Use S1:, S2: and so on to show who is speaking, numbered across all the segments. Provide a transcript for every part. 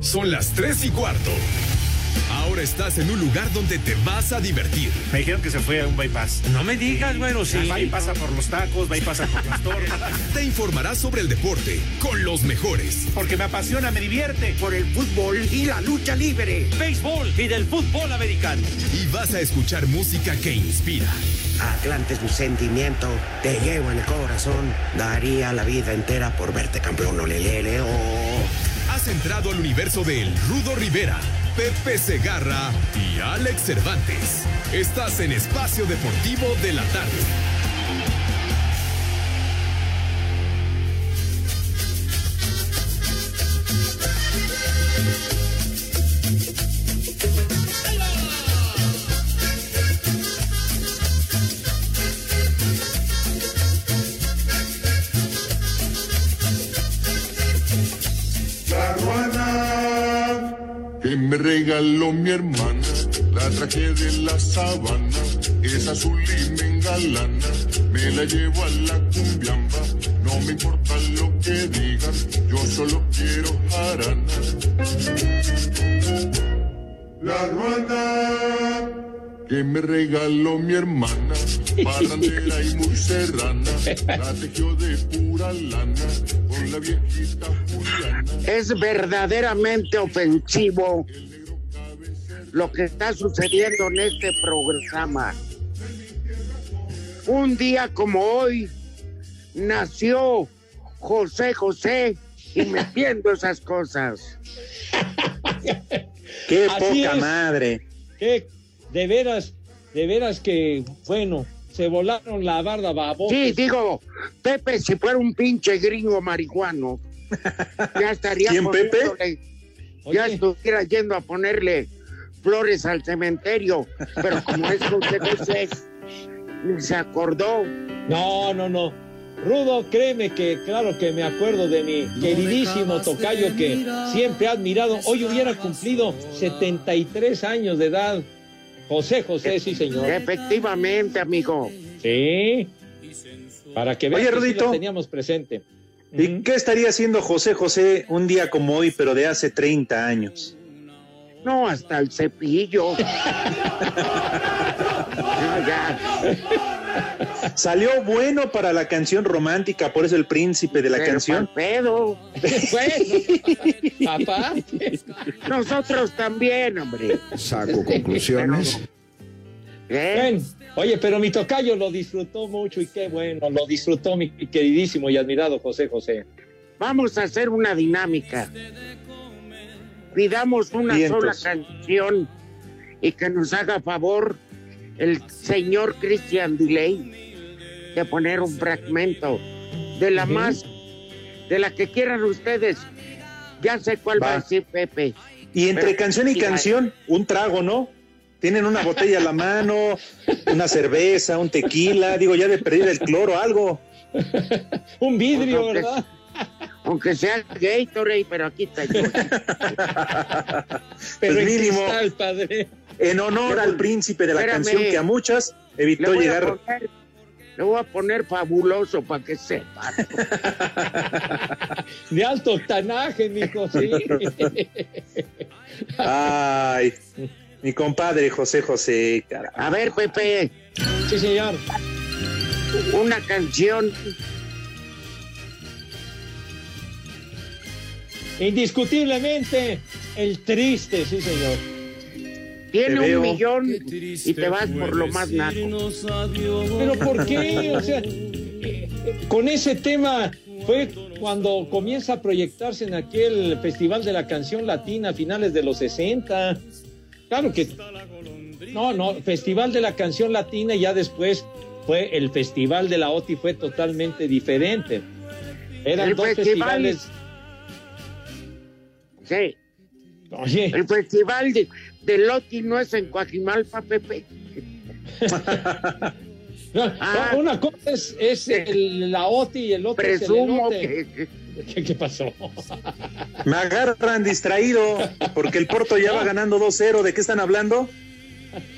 S1: Son las 3 y cuarto. Ahora estás en un lugar donde te vas a divertir.
S2: Me dijeron que se fue a un bypass.
S3: No me digas, güero, sí.
S2: Va y pasa por los tacos, va y pasa por las torres.
S1: Te informarás sobre el deporte con los mejores.
S2: Porque me apasiona, me divierte.
S4: por el fútbol y la lucha libre.
S3: Béisbol y del fútbol americano.
S1: Y vas a escuchar música que inspira.
S4: Atlante es mi sentimiento, te llevo en el corazón. Daría la vida entera por verte campeón, olelele, oh.
S1: Has entrado al universo de El Rudo Rivera, Pepe Segarra y Alex Cervantes. Estás en Espacio Deportivo de la Tarde.
S5: La ruana que me regaló mi hermana, la traje de la sabana, es azul y me engalana, me la llevo a la cumbiamba, no me importa lo que digan, yo solo quiero jarana. La ruana que me regaló mi hermana, barrandera y muy serrana, la tejió de pura lana, con la viejita Juliana.
S4: Es verdaderamente ofensivo lo que está sucediendo en este programa. Un día como hoy nació José José y metiendo esas cosas.
S6: Qué
S3: Así
S6: poca
S3: es.
S6: madre.
S3: Que de veras, de veras que, bueno, se volaron la barda babos.
S4: Sí, digo, Pepe, si fuera un pinche gringo marihuano, ya estaría
S6: ¿Quién, Pepe?
S4: poniéndole- ya
S3: Oye.
S4: estuviera yendo a ponerle flores al cementerio, pero como es José José, ni se acordó.
S3: No, no, no. Rudo, créeme que, claro que me acuerdo de mi queridísimo tocayo que siempre he admirado. Hoy hubiera cumplido 73 años de edad. José José, sí, señor.
S4: Efectivamente, amigo.
S3: Sí. Para que veas
S6: Oye,
S3: que sí
S6: Rudito.
S3: lo teníamos presente.
S6: ¿Y qué estaría haciendo José José un día como hoy, pero de hace 30 años?
S4: No, hasta el cepillo. No, ya.
S6: Salió bueno para la canción romántica, por eso el príncipe de la
S4: pero
S6: canción.
S4: pa'l pedo. Pues,
S3: Bueno, papá.
S4: Nosotros también, hombre.
S7: Saco conclusiones.
S4: ¿Eh?
S3: Bien. Oye, pero mi tocayo lo disfrutó mucho y qué bueno, lo disfrutó mi queridísimo y admirado José José.
S4: Vamos a hacer una dinámica. Pidamos una
S6: Vientos.
S4: sola canción y que nos haga favor el señor Christian Delay de poner un fragmento de la
S3: Ujú.
S4: más, de la que quieran ustedes. Ya sé cuál va,
S6: Va.
S4: a decir Pepe.
S6: Y entre
S4: Pero-
S6: canción y
S4: sí,
S6: canción, un trago, ¿no? Tienen una botella a la mano, una cerveza, un tequila, digo, ya de perder el cloro, algo.
S3: Un vidrio,
S4: Otra vez.
S3: ¿verdad?
S4: Aunque sea Gatorade, pero aquí está yo.
S3: Pero
S6: Pues
S3: en
S6: mínimo.
S3: cristal, padre.
S6: En honor al príncipe de la
S4: Espérame.
S6: canción que a muchas
S4: Le
S6: evitó
S4: voy, a
S6: llegar.
S4: poner, le voy a poner fabuloso para que sepa.
S3: De alto octanaje, mijo, sí.
S6: Ay, mi compadre José José, cara.
S4: A ver, Pepe,
S3: Sí, señor.
S4: una canción.
S3: Indiscutiblemente, el triste, sí, señor.
S4: Tiene
S6: Te
S4: un
S6: veo.
S4: millón y te vas por lo más naco.
S3: Pero ¿por qué? O sea, eh, eh, con ese tema fue cuando comienza a proyectarse en aquel Festival de la Canción Latina a finales de los 60. Claro que... No, no, Festival de la Canción Latina y ya después fue el Festival de la OTI fue totalmente diferente. Eran
S4: El
S3: dos
S4: festival-
S3: festivales.
S4: Sí,
S3: Oye,
S4: el festival de, de Loti no es en Coajimalpa, Pepe.
S3: no,
S4: Ah.
S3: una cosa es, es el- la OTI y el otro
S4: Presumo
S3: es el elote.
S4: que.
S3: ¿Qué, qué pasó?
S6: Me agarran distraído porque el Porto ya va ganando 2-0. ¿De qué están hablando?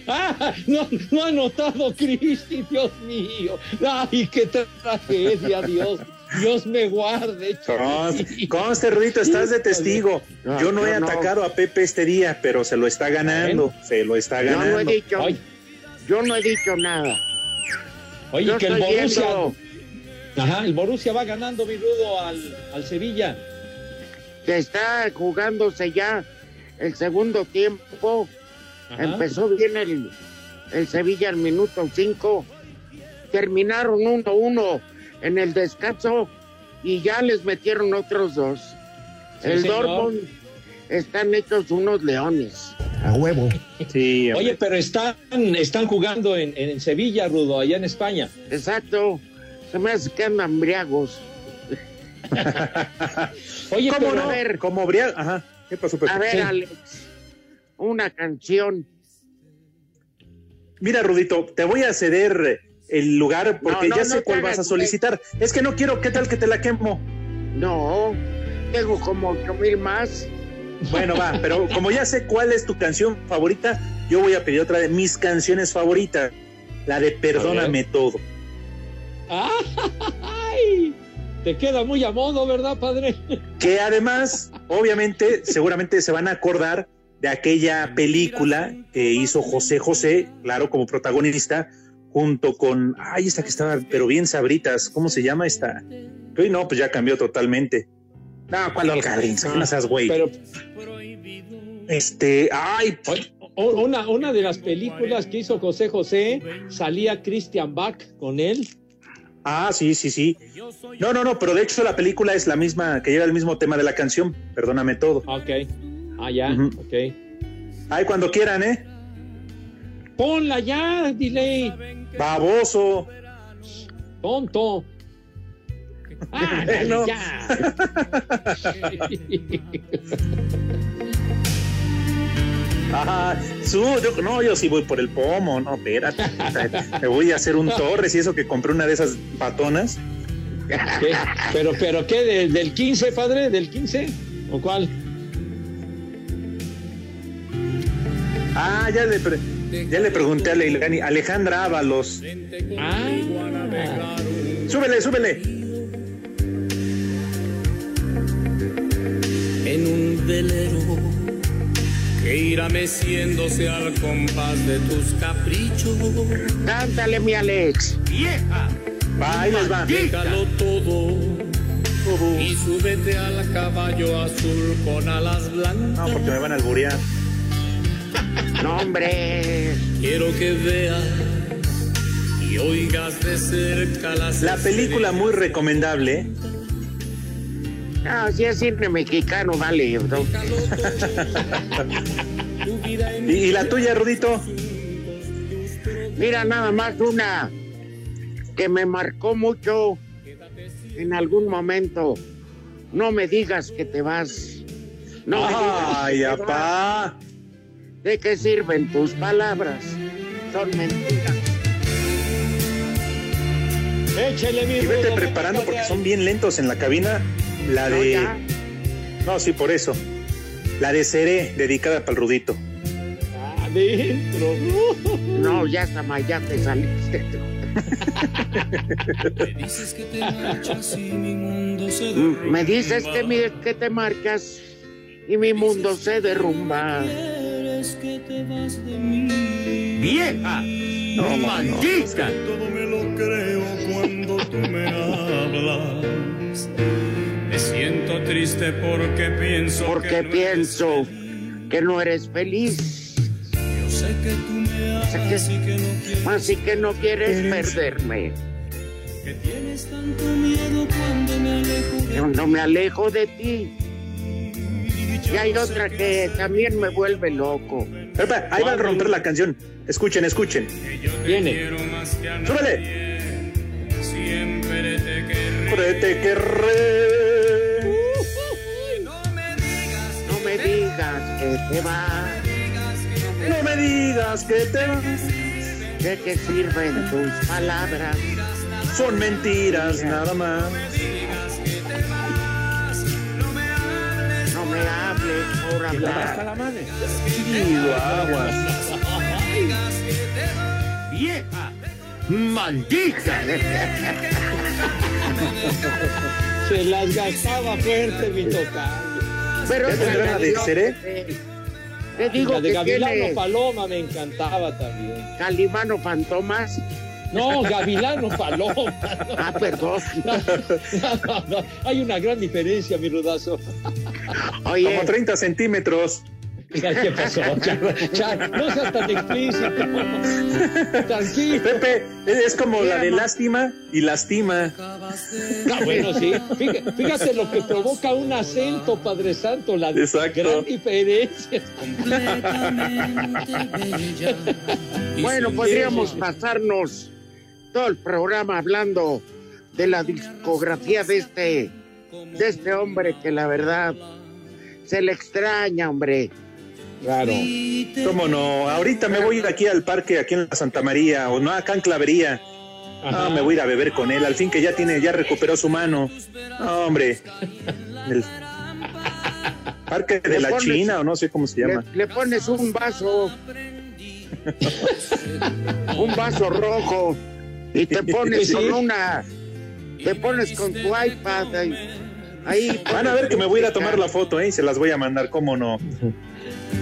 S3: ¡Ah! No, no ha notado Cristi, Dios mío. ¡Ay, qué tragedia, Dios! Dios me guarde.
S6: Conste, Ah, conste, Rudito, estás de testigo.
S4: No,
S6: Yo no he
S4: yo no.
S6: atacado a Pepe este día, pero se lo está ganando. Se lo está
S4: Yo no he
S6: ganando.
S4: dicho,
S3: Ay,
S4: yo no he dicho nada.
S3: oye,
S4: Yo
S3: que el
S4: estoy
S3: Borussia,
S4: viendo
S3: ajá, el Borussia va ganando, mi rudo, al, al Sevilla.
S4: que está jugándose ya el segundo tiempo.
S3: Ajá.
S4: Empezó bien el, el Sevilla al minuto 5. Terminaron 1-1 en el descanso y ya les metieron otros dos.
S3: Sí,
S4: el
S3: señor.
S4: Dortmund están hechos unos leones.
S7: A huevo.
S6: Sí,
S3: Oye, pero están, están jugando en, en Sevilla, Rudo, allá en España.
S4: Exacto. Se me hace que andan embriagos.
S3: Oye,
S4: ¿Cómo
S3: pero,
S4: no?
S6: a ver, como Brian, ajá. ¿Qué pasó, Pepe?
S4: A ver,
S3: Sí.
S4: Alex, una canción.
S6: Mira, Rudito, te voy a ceder el lugar porque
S4: No, no,
S6: ya
S4: no
S6: sé
S4: te
S6: cuál
S4: hagas,
S6: vas a solicitar. Es que no quiero, ¿qué tal que te la quemo?
S4: No, tengo como ocho mil más.
S6: Bueno, va, pero como ya sé cuál es tu canción favorita, yo voy a pedir otra de mis canciones favoritas, la de Perdóname todo.
S3: ¡Ay! Te queda muy a modo, ¿verdad, padre?
S6: Que además, obviamente, seguramente se van a acordar de aquella película que hizo José José, claro, como protagonista, junto con, ay, esta que estaba, pero bien sabritas, ¿cómo se llama esta? Uy, no, pues ya cambió totalmente. No, ¿cuál Olga Rinza? No seas güey.
S3: Pero
S6: Este, ay,
S3: o- una, una de las películas que hizo José José salía Christian Bach con él.
S6: ah, sí, sí, sí. No, no, no, pero de hecho la película es la misma, que lleva el mismo tema de la canción, perdóname todo.
S3: Ok. Ah, ya,
S6: Ujú.
S3: ok.
S6: Ay, cuando quieran, ¿eh?
S3: Ponla ya, delay.
S6: Baboso.
S3: Tonto. Ah,
S6: Bueno.
S3: ya.
S6: Ajá, su, yo- no, yo sí voy por el pomo, no, espérate. O sea, Me voy a hacer un Torres y eso que compré una de esas patonas.
S3: ¿Qué? Pero, pero ¿qué? ¿Del- ¿Del 15, padre? ¿Del 15? ¿O cuál?
S6: Ah, ya le, pre- ya le pregunté a Leilani, Alejandra Ábalos.
S3: Ah,
S6: Súbele, súbele.
S8: en un velero que irá meciéndose al compás de tus caprichos.
S4: Cántale, mi Alex.
S6: Va, ahí les va.
S8: Déjalo todo y súbete al caballo azul con alas
S6: No,
S8: blancas.
S6: porque me van a alburear.
S4: No, hombre.
S8: Quiero que veas y oigas de cerca las
S6: La película muy recomendable. ¿eh?
S4: No, si es cine mexicano, vale. no.
S6: ¿Y, y la tuya, Rudito?
S4: Mira, nada más una que me marcó mucho en algún momento. No me digas que te vas. No me digas que
S6: Ay,
S4: te vas.
S6: apá.
S4: ¿De qué sirven tus palabras? Son mentiras.
S3: Échele mi
S6: Y vete
S3: rudo,
S6: preparando
S3: métale
S6: porque
S3: ahí.
S6: son bien lentos en la cabina. La
S4: No,
S6: de.
S4: ya.
S6: No, sí, por eso. La de Seré, dedicada para el Rudito.
S3: Adentro.
S4: No, ya está mal, ya te saliste. tú.
S8: Me dices que te marchas y mi mundo se derrumba.
S4: Mm, Me dices que, mi- que te marcas y mi mundo se derrumba.
S8: Quieres que te vas de mí.
S1: ¡Vieja!
S8: No, maldita. Todo me lo creo cuando tú me hablas. Me siento triste porque pienso.
S4: Porque
S8: que no
S4: pienso
S8: eres
S4: que no eres feliz.
S8: feliz. Yo sé que tú me
S4: Sé
S8: amas
S4: que-
S8: y que no quieres.
S4: Así que no quieres perderme.
S8: Que tienes tanto miedo cuando me alejo de
S4: Yo no me alejo de ti.
S8: ti.
S4: Y hay otra que también me vuelve loco.
S6: Epa, ahí va a romper la canción. Escuchen, escuchen.
S3: Viene.
S6: ¡Súbele!
S8: Siempre te querré.
S6: Prete que re.
S4: No me digas que te vas,
S6: No me digas que te
S4: de qué sirven tus palabras.
S6: son mentiras nada más.
S4: No me hables por hablar.
S6: Pido aguas.
S4: ¡Maldita!
S3: Se las gastaba fuerte mi tocayo.
S4: Pero
S6: ¿Ya tendrá la de
S4: canción,
S6: Seré?
S4: eh, Te
S3: Y
S4: digo
S3: la de
S4: que
S3: Gavilano
S4: tiene
S3: Paloma me encantaba también.
S4: Calimano Fantomas.
S3: No, Gavilano Paloma.
S4: Ah, perdón.
S3: No, no, no, Hay una gran diferencia, mi rudazo.
S4: Oye,
S6: Como 30 centímetros.
S3: ¿Qué pasó? Chac, Chac, no seas tan explícito. Tranquilo.
S6: Pepe, es como la de lástima y lastima.
S3: Ah, bueno, sí. Fíjate, fíjate lo que provoca un acento, Padre Santo, la
S6: Exacto.
S3: gran diferencia.
S4: bueno, podríamos pasarnos todo el programa hablando de la discografía de este, de este hombre que la verdad se le extraña, hombre.
S3: Claro.
S6: ¿Cómo no? Ahorita me voy a ir aquí al parque, aquí en la Santa María, o no, acá en Clavería. Ah, me voy a ir a beber con él, al fin que ya tiene, ya recuperó su mano. Ah, hombre. El parque de
S4: Le
S6: la
S4: pones-
S6: China, o no sé cómo se
S4: Le,
S6: llama.
S4: le pones un vaso, un vaso rojo y te pones
S3: Sí.
S4: con una, te pones con tu iPad ahí. ahí
S6: Van a ver que me voy a ir a tomar la foto, ¿eh? Y se las voy a mandar, ¿cómo no?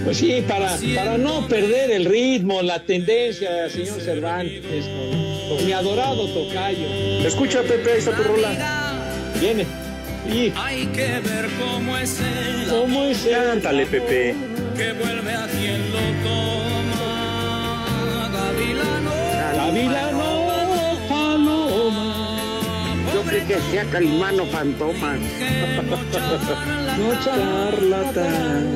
S3: Pues sí, para, para no perder el ritmo, la tendencia, señor Cervantes, con, con mi adorado tocayo.
S6: Escucha, Pepe, ahí está tu rola.
S3: Viene. Y
S8: Hay que ver cómo es el
S3: cómo es el-
S6: Cántale, Pepe.
S8: que vuelve a quien lo toma. Gavilano,
S3: Gavilano Paloma.
S4: Yo creo que sea Calimano Fantomas.
S8: que no charla,
S3: No charlatán.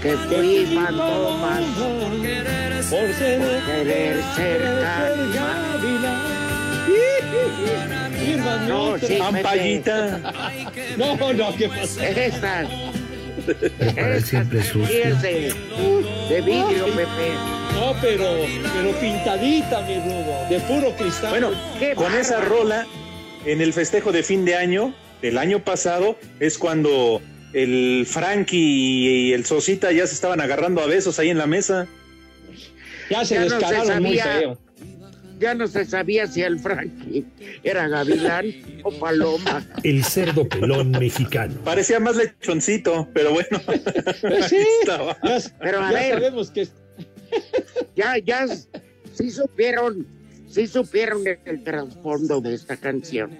S4: Que fui Fantomas
S3: Por ser
S4: querer ser Calimán. No,
S3: No,
S4: sí.
S6: Ampallita.
S3: no, no, ¿qué pasa?
S4: Esa,
S7: Para él siempre es sucio.
S4: piel de, de vidrio, Pepe.
S3: No, pero, pero pintadita, mi rudo, de puro cristal.
S6: Bueno,
S4: Qué
S6: con
S4: bárbaro.
S6: esa rola, en el festejo de fin de año, del año pasado, es cuando el Frankie y el Sosita ya se estaban agarrando a besos ahí en la mesa.
S3: ya se
S4: ya no se
S3: descararon muy
S4: sabía.
S3: feo.
S4: Ya no se sabía si el Frankie era Gavilán o Paloma.
S9: El cerdo pelón mexicano.
S6: Parecía más lechoncito, pero bueno.
S3: Pues sí,
S6: ahí estaba.
S3: ya,
S4: Pero a
S3: ya
S4: ver.
S3: sabemos que es-
S4: Ya, ya, sí supieron, sí supieron el, el trasfondo de esta canción.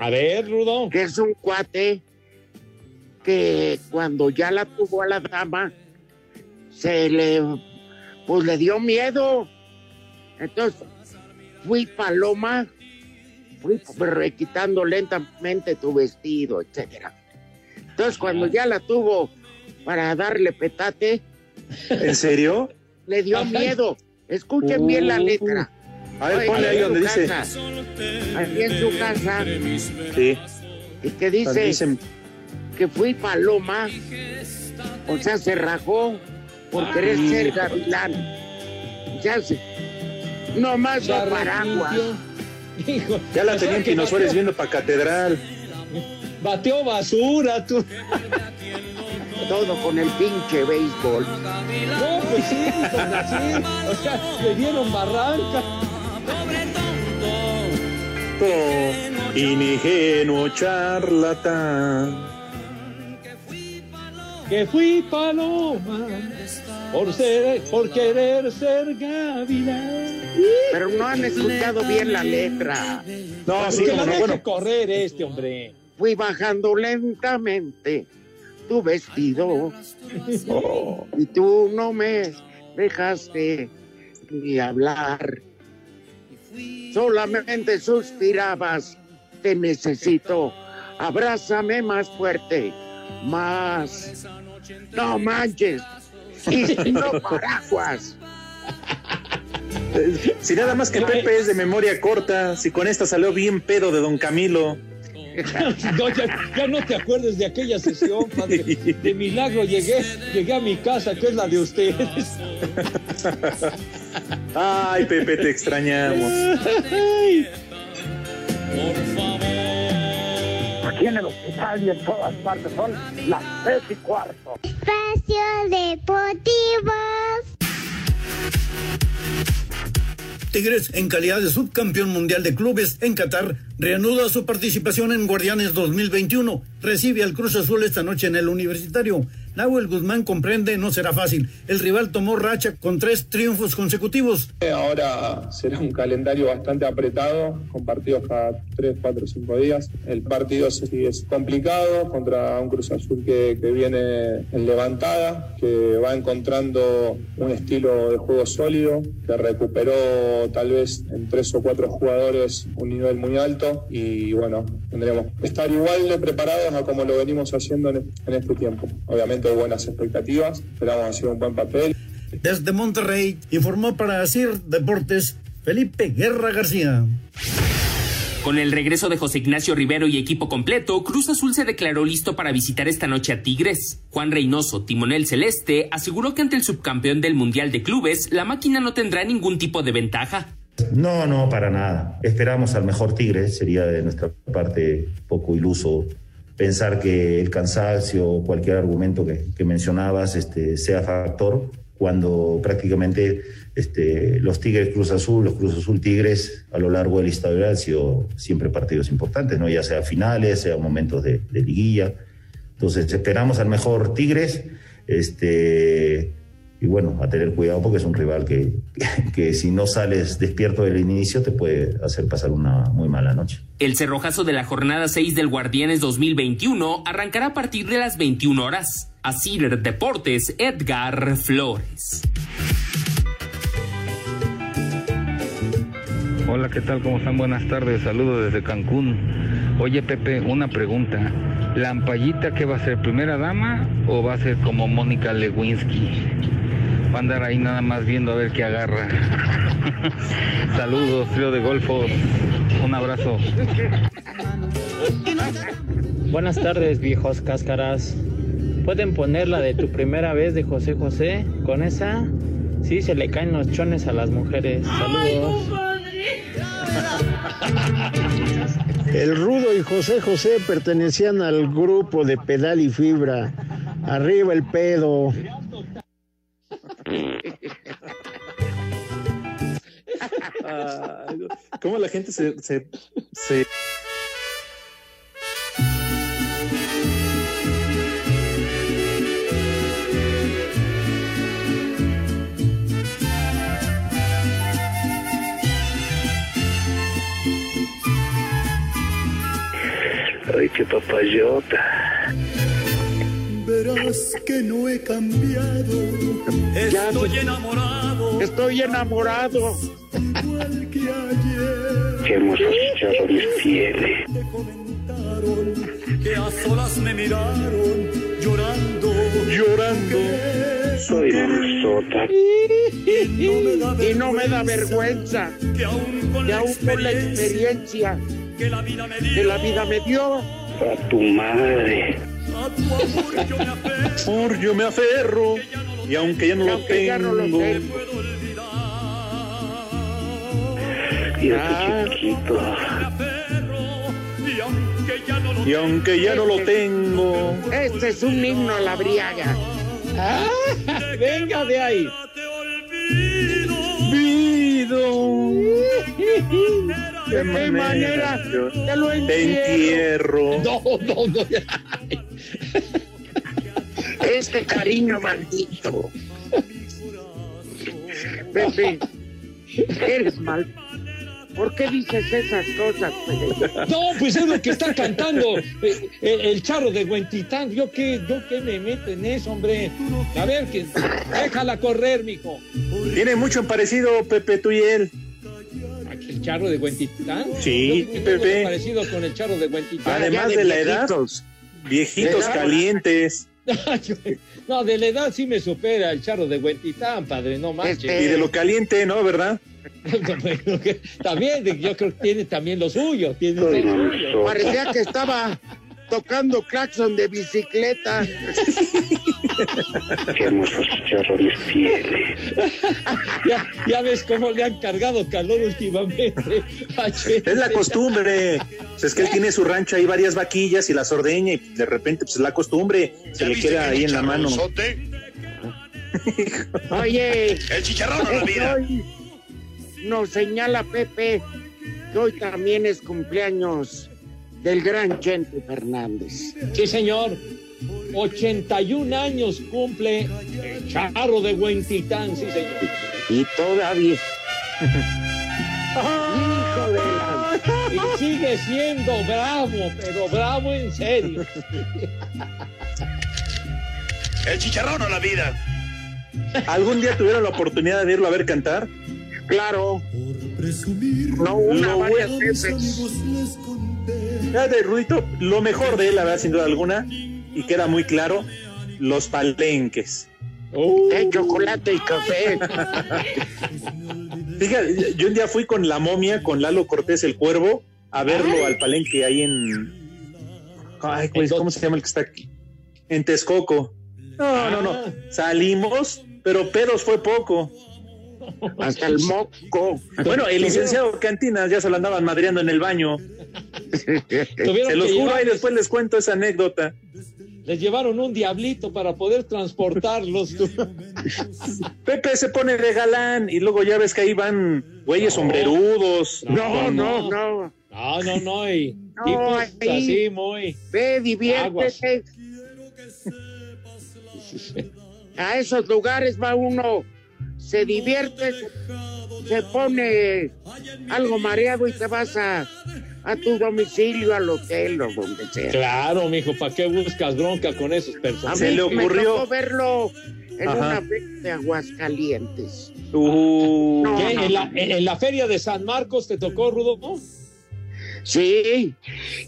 S3: A ver, Rudo.
S4: Que es un cuate que cuando ya la tuvo a la dama, se le, pues le dio miedo. Entonces, fui paloma, fui requitando lentamente tu vestido, etcétera. Entonces, cuando ya la tuvo para darle petate,
S6: ¿En serio?
S4: le dio
S3: Ajá.
S4: miedo. Escuchen bien la
S6: Uh.
S4: letra.
S6: A ver, ponle ahí donde dice.
S4: Aquí en su casa,
S6: Sí,
S4: y que
S6: donde
S4: dice
S6: dicen.
S4: que fui paloma, o sea, se rajó por querer ser gavilán. Ya se. No más
S3: se
S4: no paraguas.
S3: arrepintió. Hijo,
S6: Ya la
S3: o sea
S6: tenían
S3: que
S6: Pino Suárez
S3: bateó-
S6: viendo para catedral.
S3: Bateó basura, tú.
S4: Todo con el pinche béisbol.
S3: No, pues sí, pues sí. O sea, le dieron barranca.
S6: Oh, Ingenuo charlatán.
S3: Que fui paloma por ser, por querer ser gavilán.
S4: Pero no han escuchado bien la letra.
S6: No, sí,
S3: que
S6: como
S3: la
S6: no,
S3: deje
S6: bueno.
S3: correr este hombre.
S4: Fui bajando lentamente tu vestido
S6: Oh,
S4: y tú no me dejaste ni hablar. Solamente suspirabas, te necesito. Abrázame más fuerte, más. No manches. Y si no paraguas.
S6: eh, si nada más que Pepe es de memoria corta, si con esta salió bien pedo de Don Camilo.
S3: No, ya, ya no te acuerdes de aquella sesión, padre. De milagro llegué, llegué a mi casa, que es la de ustedes.
S6: Ay, Pepe, te extrañamos.
S3: Ay,
S8: por favor.
S4: Aquí en el hospital y en todas partes son las tres y cuarto.
S10: Espacio Deportivo.
S11: Tigres, en calidad de subcampeón mundial de clubes en Qatar, reanuda su participación en Guardianes 2021. Recibe al Cruz Azul esta noche en el Universitario. Nahuel Guzmán comprende, no será fácil. El rival tomó racha con tres triunfos consecutivos.
S12: Ahora será un calendario bastante apretado, con partidos cada 3, 4, 5 días. El partido sí es complicado contra un Cruz Azul que, que viene en levantada, que va encontrando un estilo de juego sólido, que recuperó tal vez en tres o cuatro jugadores un nivel muy alto y bueno, tendremos que estar igual de preparados a como lo venimos haciendo en, en este tiempo. Obviamente buenas expectativas, esperamos hacer un buen papel.
S11: Desde Monterrey informó para CIR Deportes Felipe Guerra García.
S13: Con el regreso de José Ignacio Rivero y equipo completo, Cruz Azul se declaró listo para visitar esta noche a Tigres. Juan Reynoso, timonel celeste, aseguró que ante el subcampeón del Mundial de Clubes, la máquina no tendrá ningún tipo de ventaja.
S14: No, no, para nada. Esperamos al mejor Tigres, sería de nuestra parte poco iluso pensar que el cansancio o cualquier argumento que, que mencionabas este, sea factor cuando prácticamente este, los Tigres Cruz Azul, los Cruz Azul Tigres a lo largo de la historia han sido siempre partidos importantes, ¿no? ya sea finales, sea momentos de, de liguilla. Entonces esperamos al mejor Tigres este, y bueno, a tener cuidado porque es un rival que, que si no sales despierto del inicio te puede hacer pasar una muy mala noche.
S13: El cerrojazo de la jornada 6 del Guardianes 2021 arrancará a partir de las 21 horas. Así Deportes, Edgar Flores.
S15: Hola, ¿qué tal? ¿Cómo están? Buenas tardes. Saludos desde Cancún. Oye, Pepe, una pregunta. ¿La ampallita qué va a ser? ¿Primera dama o va a ser como Mónica Lewinsky? Va a andar ahí nada más viendo a ver qué agarra. Saludos, trío de golfos. Un abrazo.
S16: Buenas tardes, viejos cáscaras. Pueden poner la de tu primera vez de José José. Con esa, sí se le caen los chones a las mujeres. Saludos.
S17: El Rudo y José José pertenecían al grupo de pedal y fibra. Arriba el pedo.
S6: Ah, ¿Cómo la gente se, se, se...
S18: Ay, qué papayota.
S19: Verás que no he cambiado. Estoy enamorado.
S4: Estoy enamorado.
S19: Igual que ayer.
S18: Qué hermosos chicharrones tiene.
S19: Te comentaron que a solas me miraron llorando.
S4: Llorando.
S18: Soy sota.
S4: Y no me da vergüenza.
S19: Que aún con,
S4: Que aún con la experiencia
S19: que la vida me dio.
S4: que la vida me dio,
S18: A tu madre.
S19: A tu amor yo me apego.
S6: Por yo me aferro y aunque ya no lo
S4: aunque ya no lo
S6: tengo,
S4: tengo.
S19: Puedo olvidar.
S18: Y
S4: Ah.
S18: a tu chiquito.
S19: Me aferro y aunque ya no lo
S6: y aunque ya no lo tengo,
S4: Este es un himno a la briaga.
S3: Ah, venga de ahí.
S19: te olvido.
S4: De qué manera
S6: yo
S4: te lo
S6: te
S4: entierro.
S6: entierro.
S3: No, no, no.
S4: Este cariño maldito. Pepe, eres mal. ¿Por qué dices esas cosas, Pepe?
S3: No, pues es lo que está cantando eh, el, el charro de Huentitán. Yo qué, yo qué me meto en eso, hombre. A ver, que, déjala correr, mijo.
S6: Tiene mucho en parecido Pepe tú y él.
S3: El charro de Huentitán.
S6: Sí,
S3: Yo tengo
S6: Pepe.
S3: Parecido con el charro de Huentitán.
S6: Además
S4: Ya
S6: de,
S4: de
S6: la edad,
S4: viejitos.
S6: viejitos
S4: Ya.
S6: calientes.
S3: no, de la edad sí me supera el charro de Huentitán, padre, no
S6: Y
S3: manches.
S6: de lo caliente, ¿no? ¿Verdad?
S3: Bueno, que también, de- yo creo que tiene también lo suyo. Tiene lo
S18: Soy
S3: suyo.
S18: sota.
S4: Parecía que estaba tocando claxon de bicicleta.
S18: Qué hermosos chicharrones tiene.
S3: Ya, ya ves cómo le han cargado calor últimamente.
S6: Es la costumbre. Pues es que él tiene su rancho ahí varias vaquillas y las ordeña y de repente pues es la costumbre. Se
S20: ¿Ya
S6: le
S20: viste
S6: queda
S20: que
S6: ahí en la mano.
S20: chicharronzote?
S4: Oye,
S20: El chicharrón a la vida.
S4: estoy, nos señala Pepe que hoy también es cumpleaños del gran Chente Fernández.
S3: Sí, señor. 81 años cumple el charro de Huentitán, sí, señor.
S4: Y todavía.
S3: Hijo de la- Y sigue siendo bravo, pero bravo en serio.
S6: El chicharrón o la vida. ¿Algún día tuvieron la oportunidad de irlo a ver cantar?
S4: Claro.
S6: No,
S4: una,
S6: lo
S4: varias
S6: bueno-
S4: veces.
S6: Ya de Ruito, lo mejor de él, la verdad, sin duda alguna, y queda muy claro, los palenques.
S4: De Eh, chocolate y café.
S6: Fíjate, yo un día fui con la momia, con Lalo Cortés el Cuervo, a verlo al palenque ahí en. Ay, güey, ¿cómo se llama el que está aquí? En Texcoco. No, no, no. Salimos, pero pedos fue poco.
S4: Hasta el moco.
S6: Bueno, el licenciado Cantinas ya se lo andaban madreando en el baño. Se los
S3: que
S6: juro, ahí
S3: llevarles-
S6: después les cuento esa anécdota.
S3: Les llevaron un diablito para poder transportarlos. tú.
S6: Pepe se pone de galán y luego ya ves que ahí van güeyes sombrerudos.
S3: Oh,
S4: No,
S6: Con-
S4: no, no.
S3: No, no, no. Y,
S4: No,
S3: tipos
S4: ahí.
S3: así muy.
S4: Ve, diviértete. A esos lugares va uno, se divierte, se- se pone algo mareado y te vas a, a tu domicilio, al hotel o donde sea.
S3: Claro, mijo, ¿para qué buscas bronca con esos personajes?
S4: A mí Me tocó verlo en
S3: Ajá.
S4: una feria de Aguascalientes.
S6: Uh,
S4: No,
S3: ¿Qué?
S4: no,
S3: ¿En, la,
S4: no.
S3: en la feria de San Marcos te tocó, Rudo?
S4: Sí,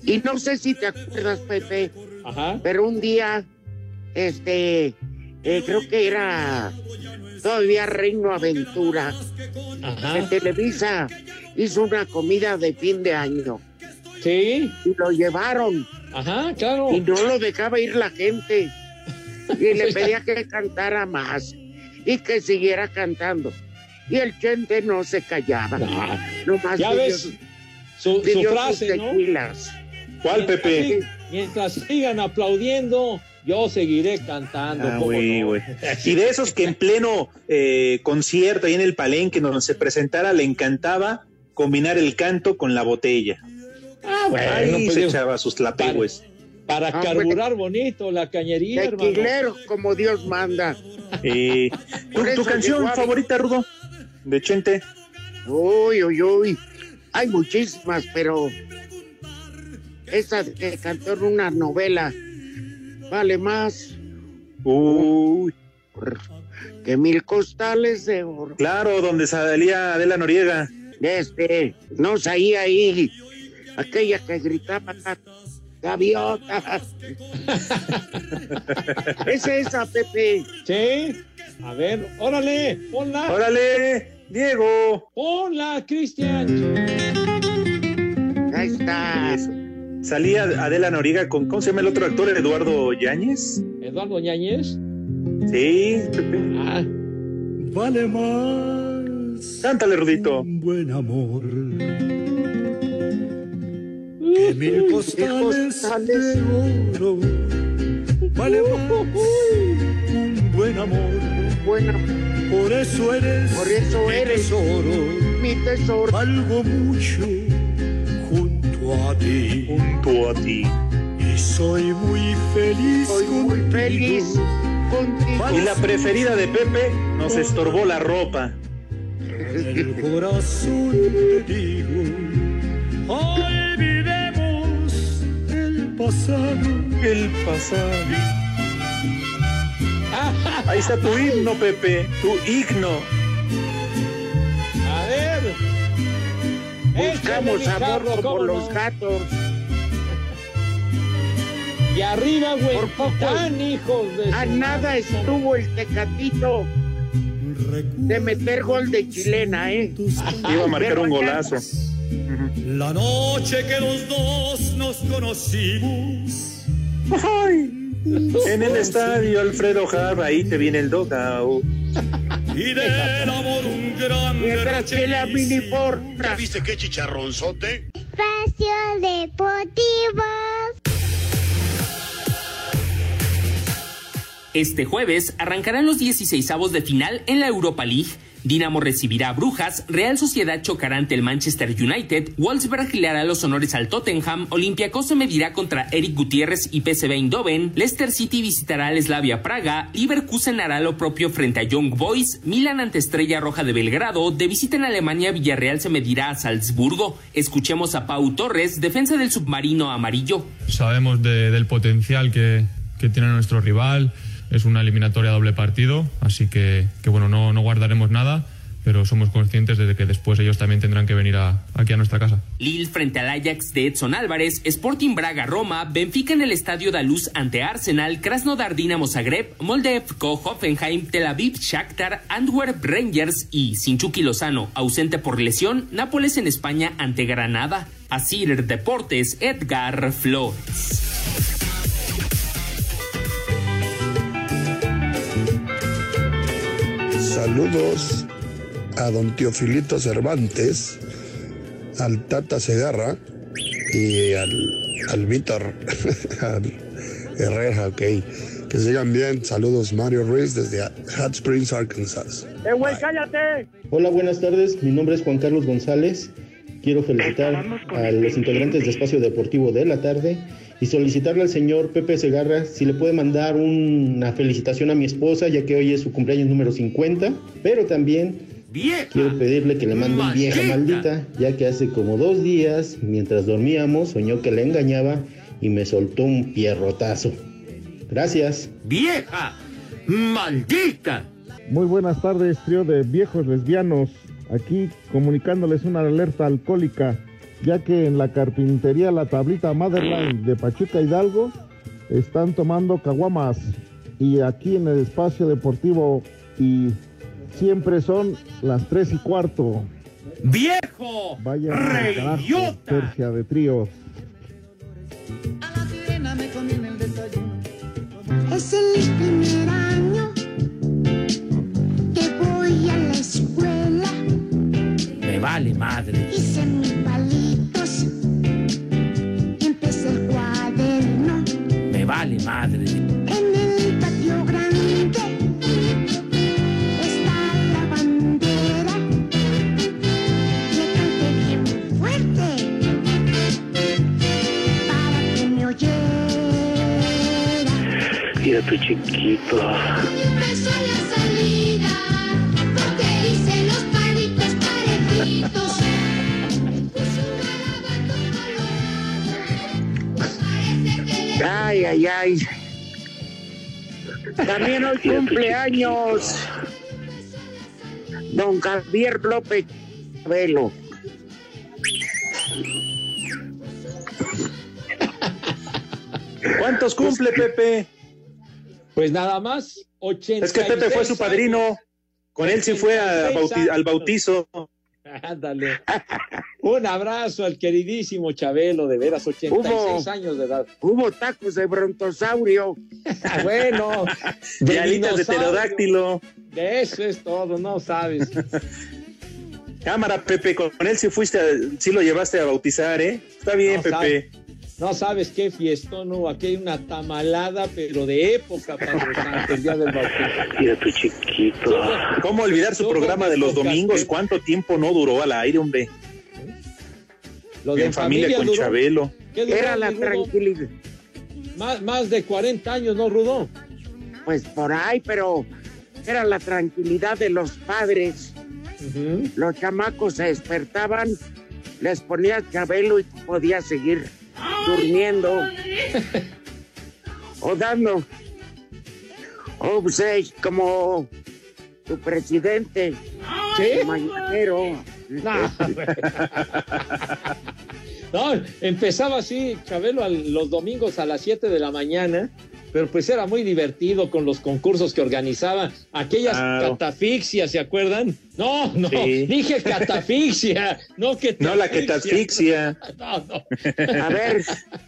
S4: y no sé si te acuerdas, Pepe,
S3: Ajá.
S4: pero un día, este, eh, creo que era todavía Reino Aventura, en Televisa hizo una comida de fin de año.
S3: Sí.
S4: Y lo llevaron.
S3: Ajá, claro.
S4: Y no lo dejaba ir la gente. Y le pedía que cantara más y que siguiera cantando. Y el gente no se callaba. Nomás
S3: Ya
S4: pidió
S3: ves
S4: sus-
S3: su, su
S4: pidió sus
S3: frase, ¿no?
S4: tequilas.
S6: ¿Cuál, Pepe?
S3: Mientras sig- Mientras sigan aplaudiendo, yo seguiré cantando.
S6: Ah,
S3: ¿cómo
S6: güey,
S3: no?
S6: güey. Y de esos que en pleno eh, concierto ahí en el palenque donde se presentara le encantaba combinar el canto con la botella.
S3: Ah, bueno,
S6: Ahí
S3: pues,
S6: se
S3: digo,
S6: echaba sus tlapegües.
S3: para
S4: Ah,
S3: carburar bonito la cañería, hermano.
S4: Tequilero, como Dios manda.
S6: Eh, ¿tu,
S4: Por
S6: tu
S4: eso
S6: canción
S4: llegó a-
S6: favorita, Rudo? De Chente.
S4: Uy, uy, uy. Hay muchísimas, pero esa que cantó en una novela vale más
S6: Uy,
S4: que mil costales de oro.
S6: claro, donde salía Adela Noriega.
S4: Este, no sabía ahí, aquella que gritaba gaviota. Esa es a Pepe.
S3: Sí. A ver, órale, ponla.
S6: ¡Órale! ¡Diego!
S3: Ponla, Cristian.
S4: Ahí está.
S6: Eso. Salía Adela Noriega con, ¿cómo se llama el otro actor? Eduardo Yáñez.
S3: Eduardo Ñañez.
S6: Sí, Pepe.
S3: Ah,
S21: Vale más
S6: Cántale, Rudito.
S21: un buen amor que mil costales de oro. Vale más un buen amor,
S4: Bueno,
S21: por eso eres
S4: por eso
S21: mi
S4: eres
S21: tesoro.
S4: mi tesoro.
S21: Valgo mucho junto a ti
S6: Junto a ti.
S21: y soy muy feliz.
S4: Soy muy
S21: contigo.
S4: feliz contigo.
S6: Y la preferida de Pepe nos estorbó la ropa.
S21: En el corazón te digo, olvidemos el pasado.
S6: El pasado. Ahí está tu himno, Pepe. Tu himno.
S3: a ver.
S4: Buscamos
S3: Échale, mi
S4: amor
S3: charro,
S4: como
S3: ¿cómo no?
S4: los gatos.
S3: Y arriba, güey.
S4: Por poco.
S3: Tan hijos de.
S4: A
S3: su-
S4: nada estuvo el tecatito de meter gol de chilena, ¿eh?
S6: Iba a marcar
S4: Pero
S6: un
S4: acá-
S6: golazo.
S21: La noche que los dos nos conocimos.
S6: En el estadio Alfredo Jarra, ahí te viene el dogao.
S21: Y del amor un
S4: Mientras que la miniporta.
S22: ¿Viste qué chicharronzote?
S23: Espacio Deportivo.
S13: Este jueves arrancarán los 16avos de final en la Europa League, Dinamo recibirá a Brujas, Real Sociedad chocará ante el Manchester United, Wolfsburg le hará los honores al Tottenham, Olympiacos se medirá contra Eric Gutiérrez y PSV Eindhoven, Leicester City visitará al Slavia Praga, Leverkusen hará lo propio frente a Young Boys, Milan ante Estrella Roja de Belgrado, de visita en Alemania Villarreal se medirá a Salzburgo. Escuchemos a Pau Torres, defensa del submarino amarillo.
S24: Sabemos de- del potencial que, que tiene nuestro rival. Es una eliminatoria a doble partido, así que, que bueno, no, no guardaremos nada, pero somos conscientes de que después ellos también tendrán que venir a- aquí a nuestra casa.
S13: Lille frente al Ajax de Edson Álvarez, Sporting Braga Roma, Benfica en el Estadio Daluz ante Arsenal, Krasnodar Dinamo Zagreb, Molde FK Hoffenheim, Tel Aviv Shakhtar, Antwerp Rangers y Sinchuki Lozano, ausente por lesión, Nápoles en España ante Granada. Asir Deportes, Edgar Flores.
S18: Saludos a don Teofilito Cervantes, al Tata Segarra y al, al Víctor al Herrera, ok. Que sigan bien. Saludos Mario Ruiz desde Hot Springs, Arkansas.
S25: ¡Eh, güey, cállate!
S16: Hola, buenas tardes. Mi nombre es Juan Carlos González. Quiero felicitar a los integrantes de Espacio Deportivo de la tarde y solicitarle al señor Pepe Segarra si le puede mandar una felicitación a mi esposa, ya que hoy es su cumpleaños número 50, pero también quiero pedirle que le mande un vieja maldita, ya que hace como dos días, mientras dormíamos, soñó que le engañaba y me soltó un pierrotazo. Gracias.
S26: ¡Vieja! ¡Maldita!
S27: Muy buenas tardes, trío de viejos lesbianos. Aquí comunicándoles una alerta alcohólica, ya que en la carpintería La Tablita Motherline de Pachuca Hidalgo están tomando caguamas. Y aquí en el espacio deportivo, y siempre son las tres y cuarto.
S26: ¡Viejo!
S27: Vaya al carajo,
S26: ¡Reidiota!
S27: tercia de tríos.
S28: sirena me comí en el desayuno. Es el primer año que voy a la escuela.
S26: Me vale madre.
S28: Hice mis palitos. Empecé el cuaderno
S26: Me vale madre.
S28: en el patio grande. Está la bandera. Le canté bien fuerte para que me oyera.
S29: Mira tu chiquito.
S28: Empezó la salida porque hice los palitos parejitos.
S4: Ay, ay, ay. También hoy cumpleaños. Don Javier López Velo.
S6: ¿Cuántos cumple, Pepe?
S3: Pues nada más, 80.
S6: Es que Pepe fue su padrino. Con él sí fue a bauti- al bautizo.
S3: Ándale. Un abrazo al queridísimo Chabelo, de veras, 86
S4: Hubo-
S3: años de edad.
S4: Hubo tacos de brontosaurio.
S3: bueno,
S6: De alitas de
S3: dinosaurio.
S6: pterodáctilo.
S3: De eso es todo, no sabes.
S6: Cámara, Pepe, con él sí fuiste, a- sí lo llevaste a bautizar, ¿eh? Está bien,
S3: No,
S6: Pepe.
S3: sabes- no sabes qué fiestón hubo. Aquí hay una tamalada, pero de época, Padre Santo, el día del bautismo.
S29: Mira tu chiquito.
S6: ¿Cómo olvidar su
S3: Somos
S6: programa de los
S3: pocas,
S6: domingos?
S3: Pepe.
S6: ¿Cuánto tiempo no duró al aire, hombre?
S3: Lo de
S6: en familia,
S3: familia
S6: con
S3: duró.
S6: Chabelo.
S3: ¿Qué duró,
S4: Era la
S3: mi Rudo?
S4: tranquilidad.
S3: Más, más de 40 años, ¿no, Rudo?
S4: Pues por ahí, pero era la tranquilidad de los padres. Los chamacos se despertaban, les ponía cabello y podía seguir durmiendo o dando o pues, eh, como tu presidente, el mañanero. Ah,
S3: No, empezaba así, Chabelo, al- los domingos a las 7 de la mañana, pero pues era muy divertido con los concursos que organizaba, aquellas
S6: Claro.
S3: catafixias, ¿se acuerdan? No, no,
S6: Sí.
S3: dije catafixia, no que
S6: No, la que te asfixia.
S3: No, no.
S4: A ver,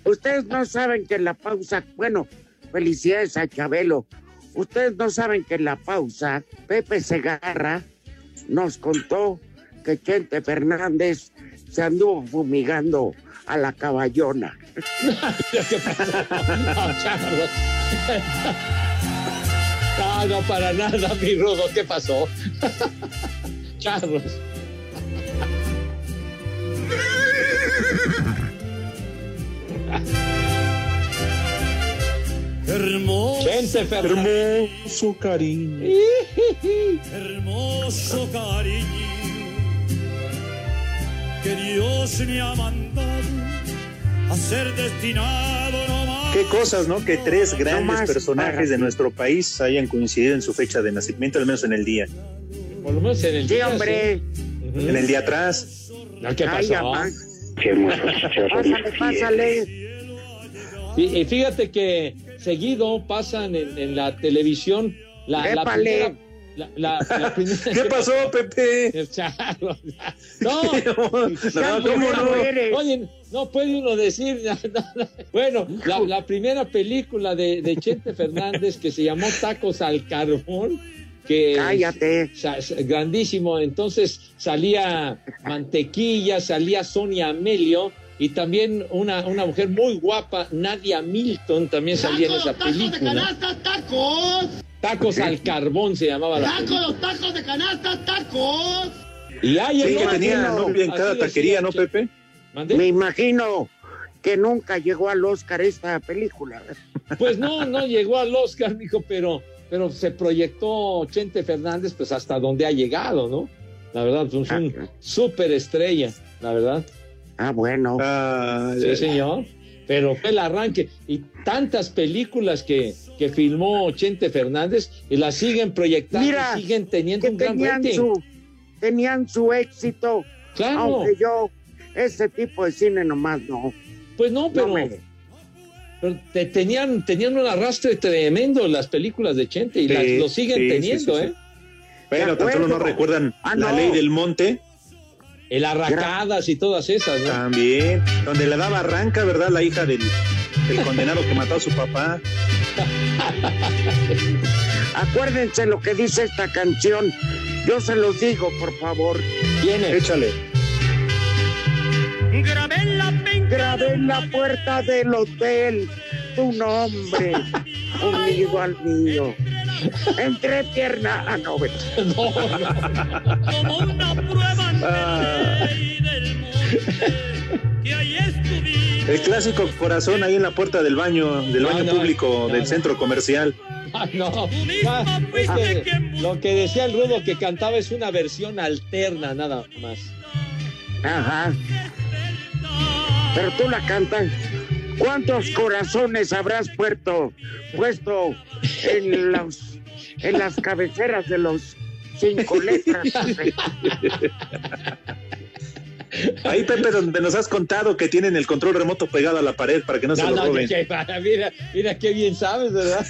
S4: ustedes no saben que en la pausa, bueno, felicidades a Chabelo. Ustedes no saben que en la pausa, Pepe Segarra nos contó que Chente Fernández se anduvo fumigando a la caballona.
S3: ¿Qué pasó? No, Charlos. No, no, para nada, mi rudo, ¿qué pasó? charros.
S21: Hermoso.
S6: Hermoso cariño.
S21: Hermoso cariño. Que Dios me ha mandado a ser destinado nomás.
S6: Qué cosas, ¿no? Que tres grandes personajes de nuestro país hayan coincidido en su fecha de nacimiento, al menos en el día.
S3: Por lo menos en el
S4: Sí,
S3: día,
S4: hombre.
S3: Ujú.
S6: En el día atrás.
S3: No, ¿Qué
S4: Ay,
S3: pasó?
S4: amá. Pásale, pásale.
S3: Y, y fíjate que seguido pasan en, en la televisión la, la
S4: Épale.
S3: primera. La, la- la primera-
S6: ¿Qué pasó, Pepe?
S3: El charro. No,
S6: No, ¿cómo no?
S3: Oye, no puede uno decir. Bueno, la, la primera película de, de Chente Fernández que se llamó Tacos al Carbón, que
S4: Cállate.
S3: sa- sa- grandísimo. Entonces salía Mantequilla, salía Sonia Amelio y también una, una mujer muy guapa, Nadia Milton, también salía en esa película.
S1: tacos!
S3: Tacos al Carbón se llamaba la película.
S1: los tacos de canasta, tacos!
S3: Y hay
S6: Sí,
S3: el
S6: que
S3: otro,
S6: tenía novia en cada
S3: así decía
S6: taquería, ¿no,
S3: Che-
S6: Pepe?
S3: ¿Mandé?
S4: Me imagino que nunca llegó al Oscar esta película.
S3: Pues no, no llegó al Oscar, mijo, pero, pero se proyectó Chente Fernández, pues hasta donde ha llegado, ¿no? La verdad, pues un súper estrella, la verdad.
S4: Ah, bueno.
S6: Ah,
S3: Sí, señor. Pero fue el arranque. Y tantas películas que, que filmó Chente Fernández y las siguen proyectando,
S4: Mira,
S3: y siguen teniendo
S4: que
S3: un gran
S4: tenían
S3: rating.
S4: su, tenían su éxito.
S3: Claro.
S4: Aunque yo, ese tipo de cine nomás no.
S3: Pues no, pero,
S4: no me-
S3: pero te- tenían, tenían un arrastre tremendo las películas de Chente y las,
S6: Sí,
S3: lo siguen
S6: sí, sí,
S3: teniendo,
S6: sí, sí.
S3: ¿eh?
S6: Bueno,
S4: De
S6: tan solo no
S4: acuerdo.
S6: recuerdan
S4: Ah,
S6: La
S4: no.
S6: Ley del Monte.
S3: El Arracadas y todas esas, ¿no?
S6: También. Donde le daba arranca, ¿verdad? La hija del, del condenado que mató a su papá.
S4: Acuérdense lo que dice esta canción. Yo se los digo, por favor.
S3: ¿Quién es?
S6: Échale.
S1: Grabé la penca
S4: Grabé en la puerta del hotel tu nombre unido al mío. Entre pierna. Ah, no, güey.
S3: No,
S1: como una prueba en
S6: Ah.
S1: el rey del monte. Que ahí estuvimos.
S6: El clásico corazón ahí en la puerta del baño, del
S3: No,
S6: baño
S3: no,
S6: público,
S3: no,
S6: del
S3: no.
S6: centro comercial.
S3: Ah, no. Ah, es que lo que decía el Rudo que cantaba es una versión alterna, nada más.
S4: Ajá. Pero tú la cantas. ¿Cuántos corazones habrás puesto, puesto en, los, en las cabeceras de los cinco letras?
S6: Ahí, Pepe, donde nos has contado que tienen el control remoto pegado a la pared para que no, se
S3: No,
S6: lo
S3: no,
S6: roben.
S3: que- que- mira, mira qué bien sabes, ¿verdad?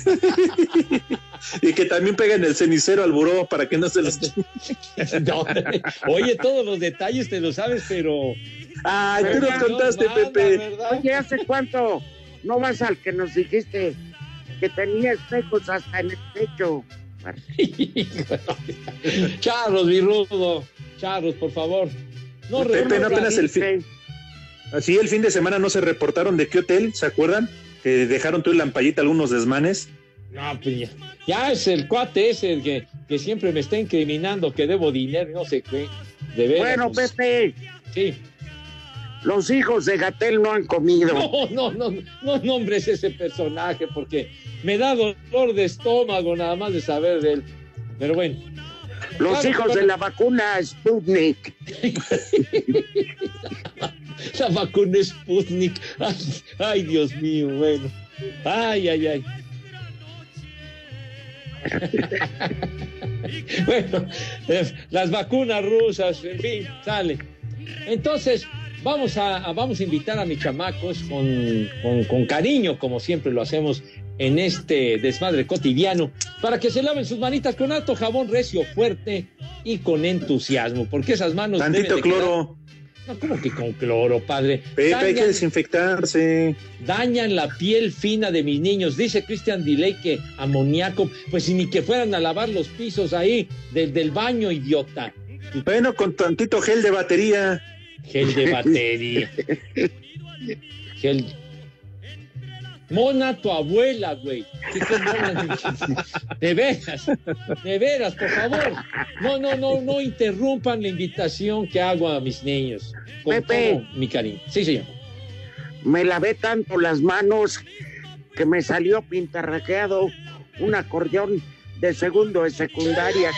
S6: Y que también peguen el cenicero al buró para que no se los...
S3: No, oye, todos los detalles te los sabes, pero.
S6: Ay, tú nos
S3: pero
S6: contaste,
S3: no manda,
S6: Pepe.
S3: ¿verdad?
S4: Oye, ¿hace cuánto no vas al que nos dijiste que tenía espejos hasta en el techo?
S3: Charros, mi Rudo. Charros, por favor. No,
S6: Pepe,
S3: recuerda-
S6: no apenas el fin. Así el fin de semana no se reportaron de qué hotel, ¿se acuerdan? Que dejaron tú y Lampallita algunos desmanes.
S3: No, pues ya, ya es el cuate ese el que, que siempre me está incriminando que debo dinero, y no sé qué. De veras,
S4: Bueno,
S3: pues,
S4: Pepe,
S3: Sí.
S4: los hijos de Gatel no han comido.
S3: No, no, no, no nombres ese personaje porque me da dolor de estómago nada más de saber de él. Pero bueno,
S4: los
S3: claro,
S4: hijos
S3: claro.
S4: de la vacuna Sputnik.
S3: la vacuna Sputnik. Ay, ay, Dios mío, bueno. Ay, ay, ay. bueno, eh, las vacunas rusas, en fin, sale. Entonces, vamos a, a- vamos a invitar a mis chamacos con, con- con cariño, como siempre lo hacemos en este desmadre cotidiano, para que se laven sus manitas con alto jabón recio, fuerte y con entusiasmo, porque esas manos... deben
S6: Tantito
S3: de quedar-
S6: cloro.
S3: No, ¿cómo que con cloro, padre?
S6: Pepe, hay que
S3: Dañan-
S6: desinfectarse.
S3: dañan la piel fina de mis niños. Dice Christian Diley que amoníaco, pues ni que fueran a lavar los pisos ahí del, del baño, idiota.
S6: Bueno, con tantito gel de batería.
S3: Gel de batería. Gel. Mona tu abuela, güey. Sí, qué mona. De veras, de veras, por favor. No, no, no, no interrumpan la invitación que hago a mis niños. Con
S4: Pepe.
S3: todo mi cariño. Sí, señor.
S4: Me lavé tanto las manos que me salió pintarraqueado un acordeón de segundo de secundaria.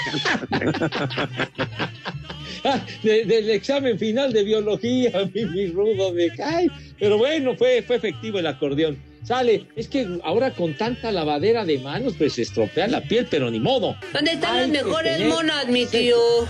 S3: Ah, de- del examen final de biología, mi, mi rudo, de ay, pero bueno, fue, fue efectivo el acordeón. Sale, es que ahora con tanta lavadera de manos, pues se estropea la piel, pero ni modo.
S2: ¿Dónde están
S3: Hay
S2: las
S3: que
S2: mejores
S3: tener
S2: monas, mi
S3: sexo.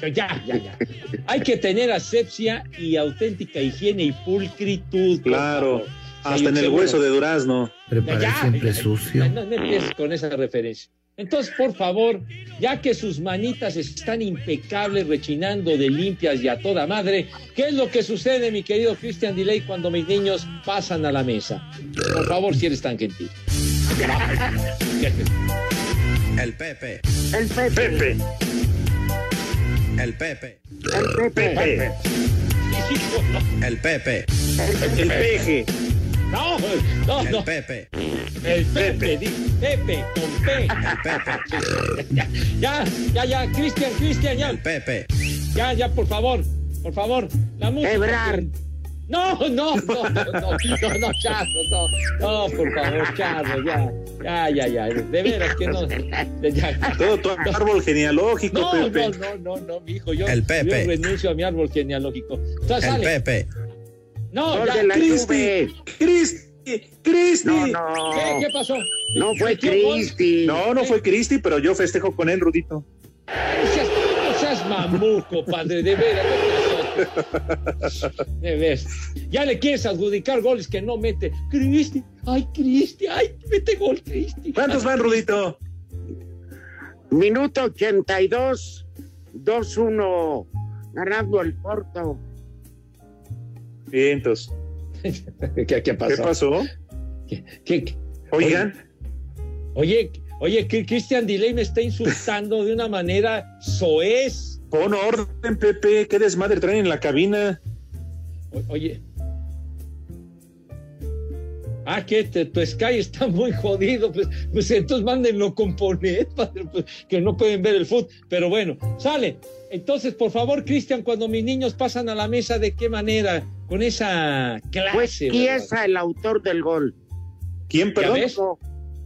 S2: tío?
S3: Ya, ya, ya. Hay que tener asepsia y auténtica higiene y pulcritud. por
S6: Claro,
S3: favor.
S6: hasta en el hueso de durazno.
S3: Ya, ya, ya, No, no empieces con esa referencia. Entonces, por favor, ya que sus manitas están impecables, rechinando de limpias y a toda madre, ¿qué es lo que sucede, mi querido Christian Delay, cuando mis niños pasan a la mesa? Por favor, si eres tan gentil.
S5: El Pepe.
S4: El Pepe.
S5: El Pepe.
S4: El Pepe.
S5: El Pepe.
S3: El Peje. No, no, no.
S5: El Pepe.
S3: El Pepe, di- Pepe, con P. Ya, ya, ya, ya, Cristian, Cristian, ya.
S5: Pepe.
S3: Ya, ya, por favor, por favor, la música.
S4: Ebrar.
S3: No, no, no, no, no, no, no, Charro, no, no, por favor, Charro, ya, ya, ya, ya, de veras que no.
S6: Todo tu árbol genealógico,
S3: No,
S6: Pepe.
S3: no, no, no, no, mijo, yo,
S6: El Pepe.
S3: yo renuncio a mi árbol genealógico. Entonces,
S6: El
S3: sale.
S5: Pepe.
S3: No,
S4: Gol
S3: ya,
S4: de la
S3: Cristi,
S4: Juve.
S3: Cristi, Cristi.
S4: No, no.
S3: ¿Qué, qué pasó? ¿Metió gol?
S4: Cristi.
S6: No, no fue Cristi, pero yo festejo con él, Rudito.
S3: No seas, no seas mamuco, padre, de veras. no seas otro. De veras. Ya le quieres adjudicar goles que no mete. Cristi, ay, Cristi, ay, mete gol, Cristi.
S6: ¿Cuántos van, Rudito?
S4: Minuto 82, 2-1, ganando el Porto.
S6: Bien, entonces.
S3: ¿Qué, qué pasó?
S6: ¿Qué pasó?
S3: ¿Qué- qué?
S6: Oigan,
S3: Oye, oye, que Christian Delay me está insultando de una manera soez.
S6: pon orden, Pepe. ¿Qué desmadre traen en la cabina?
S3: O- Oye. Ah, que te- tu Sky está muy jodido. Pues, pues entonces mándenlo con Ponet, padre, pues, que no pueden ver el fútbol. Pero bueno, sale. Entonces, por favor, Cristian, cuando mis niños pasan a la mesa, ¿de qué manera? Con esa clase.
S4: Pues
S3: ¿verdad?
S4: Chiesa, el autor del gol.
S6: ¿Quién,
S3: ¿Ya
S6: perdón?
S3: ves?
S4: Como,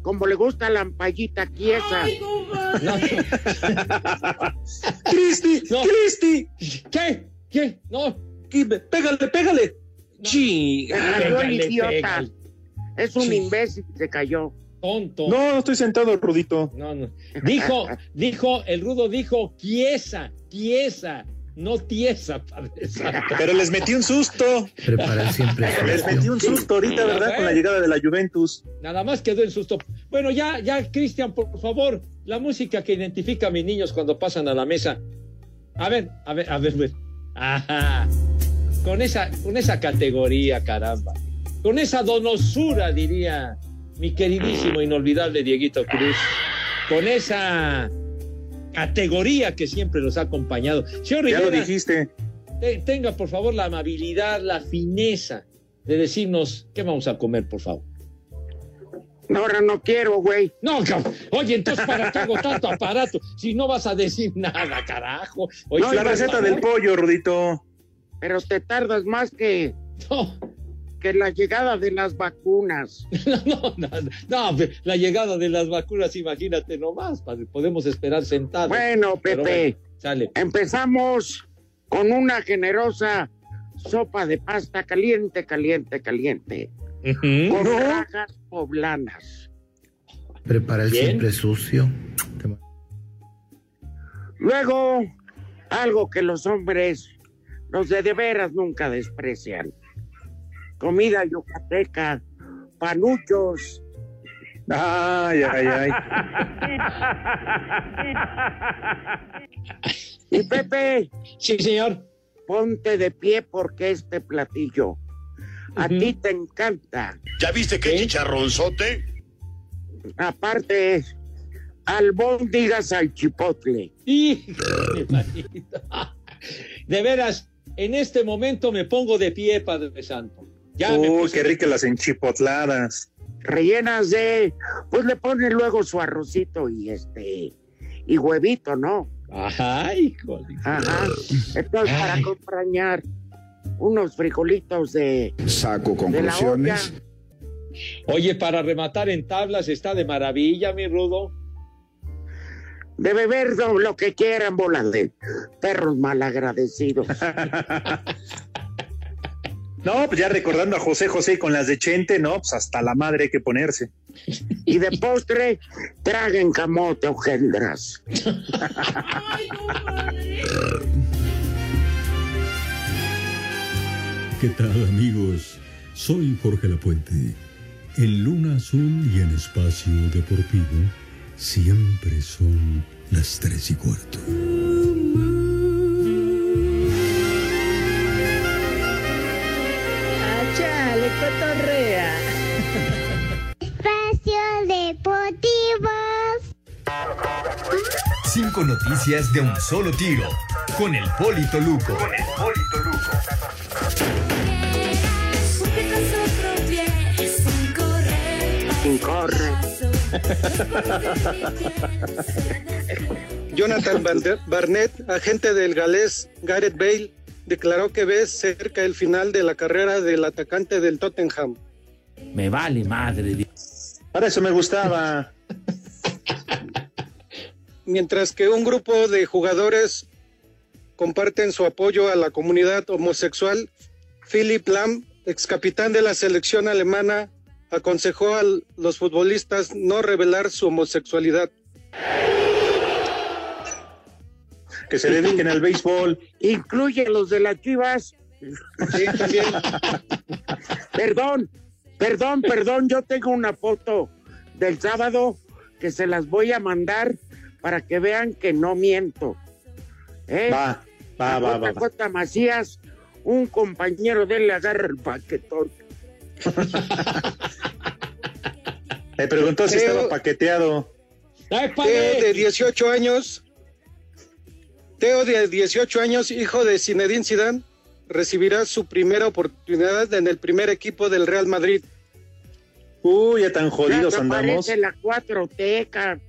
S4: como le gusta la ampallita Chiesa.
S6: ¡Cristi!
S3: No.
S6: ¡Cristi!
S3: ¿Qué? ¿Qué? No.
S6: Qui- ¡Pégale, pégale! ¡Chi!
S4: Se cayó el
S3: Pégale,
S4: idiota.
S3: pégale.
S4: Es un
S6: Sí.
S4: imbécil, se cayó.
S3: Tonto.
S6: No, no estoy sentado, Rudito.
S3: No, no. Dijo, dijo, el rudo dijo, quiesa, quiesa, no tiesa, padre. santo.
S6: Pero les metí un susto.
S26: Prepara siempre.
S6: Les metí un susto ahorita, ¿verdad? Con la llegada de la Juventus.
S3: Nada más quedó en susto. Bueno, ya, ya, Cristian, por favor, la música que identifica a mis niños cuando pasan a la mesa. A ver, a ver, a ver, a ver. Ajá. Con esa, con esa categoría, caramba. Con esa donosura, diría mi queridísimo, inolvidable Dieguito Cruz. Con esa categoría que siempre los ha acompañado. Señor
S6: Ya lo
S3: Rivera,
S6: dijiste.
S3: te- tenga por favor la amabilidad, la fineza de decirnos qué vamos a comer, por favor.
S4: No, ahora no quiero, güey.
S3: No, cabrón. Oye, entonces, ¿para qué hago tanto aparato? Si no vas a decir nada, carajo. Oye,
S6: La
S3: por
S6: receta
S3: favor.
S6: del pollo, Rudito.
S4: Pero te tardas más que,
S3: No,
S4: que la llegada de las vacunas.
S3: no, no, no, no, la llegada de las vacunas, imagínate nomás, padre, podemos esperar sentados.
S4: Bueno,
S3: Pero
S4: Pepe.
S3: bueno, sale.
S4: Empezamos con una generosa sopa de pasta caliente, caliente, caliente.
S14: ¿Mm?
S4: Con rajas poblanas.
S26: Prepara el
S3: Bien.
S26: siempre sucio.
S4: Luego, algo que los hombres, los de de veras, nunca desprecian. Comida yucateca, panuchos.
S6: Ay, ay, ay.
S4: Y Pepe,
S3: Sí, señor.
S4: ponte de pie porque este platillo a ti te encanta.
S22: ¿Ya viste qué chicharronzote?
S4: Aparte, albóndigas al chipotle.
S3: Y de veras, en este momento me pongo de pie, Padre Santo.
S6: Ya Uy, puse... qué ricas las enchipotladas.
S4: Rellenas de, pues le pones luego su arrocito y este, y huevito, ¿no?
S3: Ajá, híjole.
S4: Ajá. Entonces, Ay. para acompañar unos frijolitos de.
S2: Saco conclusiones.
S3: De Oye, para rematar en tablas está de maravilla, mi rudo.
S4: De beber lo que quieran, bolas de perros malagradecidos.
S6: no, pues ya recordando a José José con las de Chente, no, pues hasta la madre hay que ponerse.
S4: Y de postre, traguen camote o gendras.
S7: ¿Qué tal, amigos? Soy Jorge Lapuente. En Luna Azul y en Espacio Deportivo siempre son las tres y cuarto.
S8: ¡Achale, cotorrea!
S23: Espacio Deportivo.
S9: Cinco noticias de un solo tiro. Con el Polito Luco.
S10: Con el Polito Luco.
S4: Corre.
S11: Jonathan Barnett, agente del galés Gareth Bale, declaró que ve cerca el final de la carrera del atacante del Tottenham.
S25: Me vale madre.
S6: Para eso me gustaba.
S11: Mientras que un grupo de jugadores comparten su apoyo a la comunidad homosexual, Philip Lam, ex capitán de la selección alemana, aconsejó a los futbolistas no revelar su homosexualidad.
S6: Que se dediquen al béisbol.
S4: Incluye los de las chivas.
S11: Sí, también.
S4: perdón, perdón, perdón, yo tengo una foto del sábado que se las voy a mandar para que vean que no miento.
S6: ¿Eh? Va, va, va, va,
S4: va. Macías, un compañero de él le agarra el paquetón.
S6: Me preguntó Creo si estaba paqueteado.
S11: Teo de 18 años. Teo de 18 años, hijo de Zinedine Zidane, recibirá su primera oportunidad en el primer equipo del Real Madrid.
S6: Uy, ya tan jodidos ya andamos.
S4: la 4T,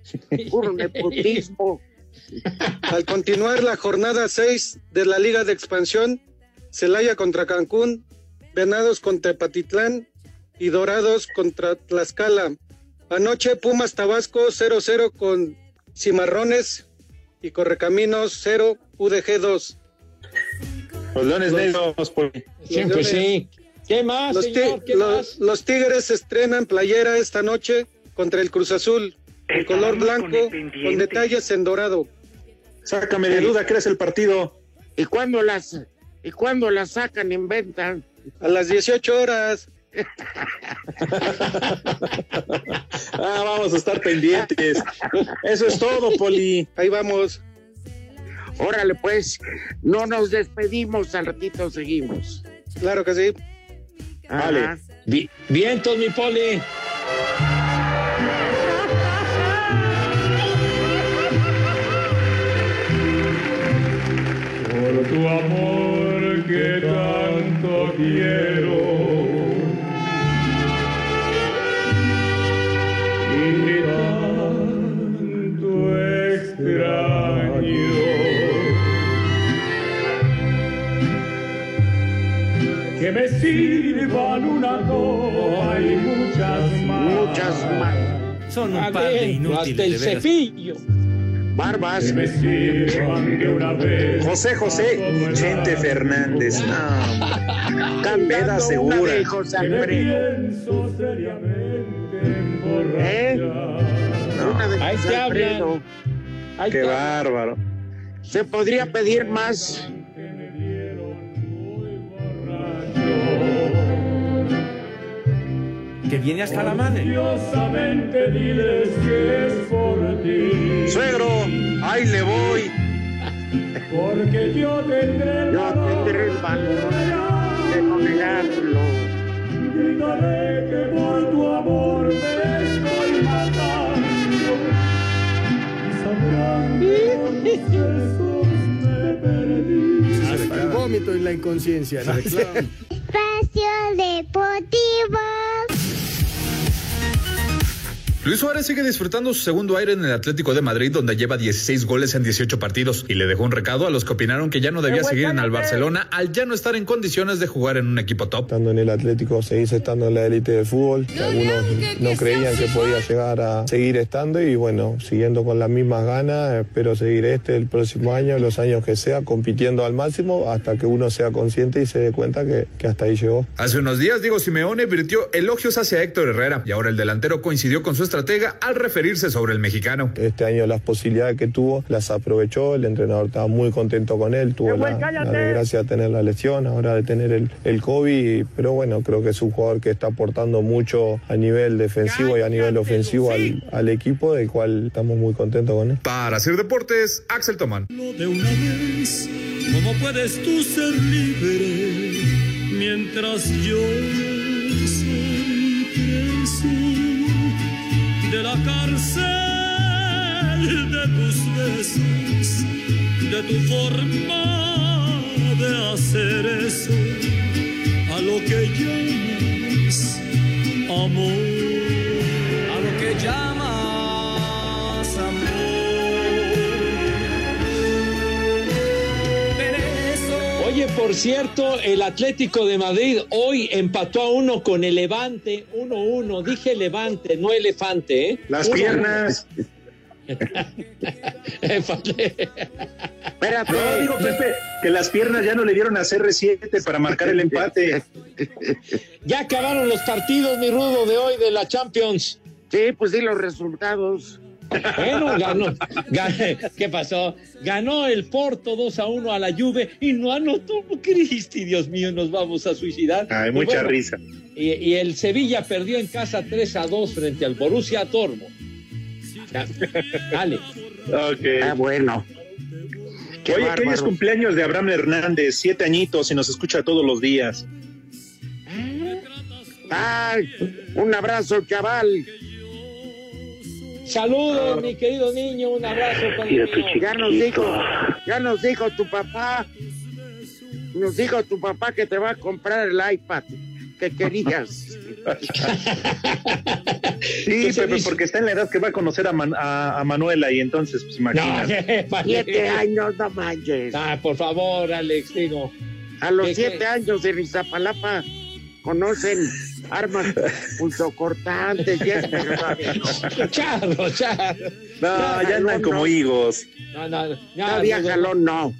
S4: puro nepotismo.
S11: Al continuar la jornada 6 de la Liga de Expansión, Celaya contra Cancún, Venados contra Patitlán y Dorados contra Tlaxcala. Anoche Pumas Tabasco 0-0 con Cimarrones y Correcaminos 0 UDG 2.
S6: Los Leones Negros, pues. por...
S3: Siempre sí. ¿Qué más?
S11: Los,
S3: señor? ¿Qué
S11: los,
S3: más?
S11: los Tigres estrenan playera esta noche contra el Cruz Azul, el color blanco con, con detalles en dorado.
S6: Sácame de duda, ¿qué es el partido?
S4: ¿Y cuándo las y cuándo las sacan en venta?
S11: A las 18 horas.
S6: ah, vamos a estar pendientes. Eso es todo, Poli.
S11: Ahí vamos.
S4: Órale, pues, no nos despedimos, al ratito seguimos.
S11: Claro que sí.
S6: Vale.
S3: Bien, vientos, mi Poli.
S19: Por tu amor que tanto quiero. Y que tanto extraño. Que me sirvan una copa y muchas más.
S4: Muchas más.
S25: Son un par de inútiles.
S3: Hasta el
S25: de
S3: veras. cepillo.
S4: Barbas.
S6: José José y Chente Fernández. No, Candeda segura.
S4: ¿Eh?
S3: No. Ahí te hablan.
S6: Qué bárbaro.
S4: Se podría pedir más.
S25: que viene hasta la madre.
S19: diles que es por ti.
S6: Suegro, ahí le voy.
S19: Porque yo tendré el
S4: yo tendré el valor de no negarlo.
S19: Gritaré que por tu amor me estoy matando. Y sabrán que por tus besos me perdí.
S2: Hasta el vómito y la inconsciencia.
S23: Espacio de deportivas.
S10: Luis Suárez sigue disfrutando su segundo aire en el Atlético de Madrid, donde lleva 16 goles en 18 partidos, y le dejó un recado a los que opinaron que ya no debía seguir en el Barcelona al ya no estar en condiciones de jugar en un equipo top.
S13: Estando en el Atlético seguís estando en la élite del fútbol, que algunos no creían que podía llegar a seguir estando y bueno, siguiendo con las mismas ganas, espero seguir este el próximo año, los años que sea, compitiendo al máximo hasta que uno sea consciente y se dé cuenta que, que hasta ahí llegó.
S10: Hace unos días Diego Simeone virtió elogios hacia Héctor Herrera y ahora el delantero coincidió con su estratega al referirse sobre el mexicano.
S13: Este año las posibilidades que tuvo las aprovechó, el entrenador estaba muy contento con él, tuvo la, la, desgracia de tener la lesión, ahora de tener el, el COVID, pero bueno, creo que es un jugador que está aportando mucho a nivel defensivo y a nivel ofensivo al, al equipo, del cual estamos muy contentos con él.
S10: Para hacer deportes, Axel Tomán.
S19: De una vez, ¿cómo puedes tú ser libre mientras yo soy preso? de la cárcel de tus besos, de tu forma de hacer eso, a lo que llamas amor,
S25: a lo que llamas amor.
S3: Oye, por cierto, el Atlético de Madrid hoy empató a uno con el Levante, 1-1. Uno, uno. Dije Levante, no elefante, ¿eh?
S6: Las uno, piernas.
S4: Espérate.
S6: No, digo, Pepe, que las piernas ya no le dieron a CR7 para marcar el empate.
S3: ya acabaron los partidos, mi rudo, de hoy de la Champions.
S4: Sí, pues sí, los resultados.
S3: Bueno, ganó, gané, ¿Qué pasó? Ganó el Porto 2 a 1 a la Juve y no anotó Cristi. Dios mío, nos vamos a suicidar.
S6: Hay mucha bueno, risa.
S3: Y, y, el Sevilla perdió en casa 3 a 2 frente al Borussia Dortmund. Dale.
S4: Okay. Ah, bueno.
S6: Qué Oye, que hoy es cumpleaños de Abraham Hernández, siete añitos y nos escucha todos los días.
S4: Ay, un abrazo, chaval.
S3: Saludos, oh. mi querido niño, un abrazo.
S4: Ya nos dijo, ya nos dijo tu papá, nos dijo tu papá que te va a comprar el iPad que querías.
S6: sí, Pepe, porque está en la edad que va a conocer a, Man, a, a Manuela y entonces, pues imagínate.
S4: No, siete años, no manches.
S3: Ah, por favor, Alex, digo.
S4: A los siete que... años en Iztapalapa conocen armas punzocortantes.
S3: charro, charro.
S6: No, ya andan como higos.
S4: No, no, no. Todavía jalón no.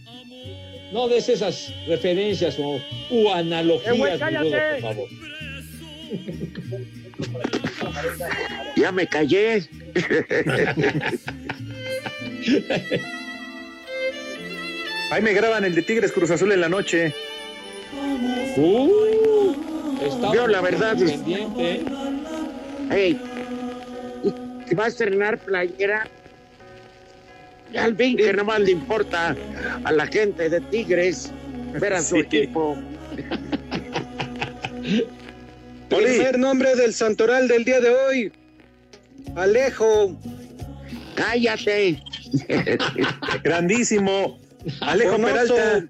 S3: No des esas referencias o, o analogías, eh, wey, cállate. Rudo, por favor.
S4: Ya me callé.
S6: Ahí me graban el de Tigres Cruz Azul en la noche.
S3: Uh. Estamos
S4: Yo la verdad es... Hey, va a estrenar playera. Al fin que nomás le importa a la gente de Tigres ver a su sí. equipo.
S11: Primer nombre del santoral del día de hoy. Alejo.
S4: Cállate.
S6: Grandísimo. Alejo Bonoso. Peralta.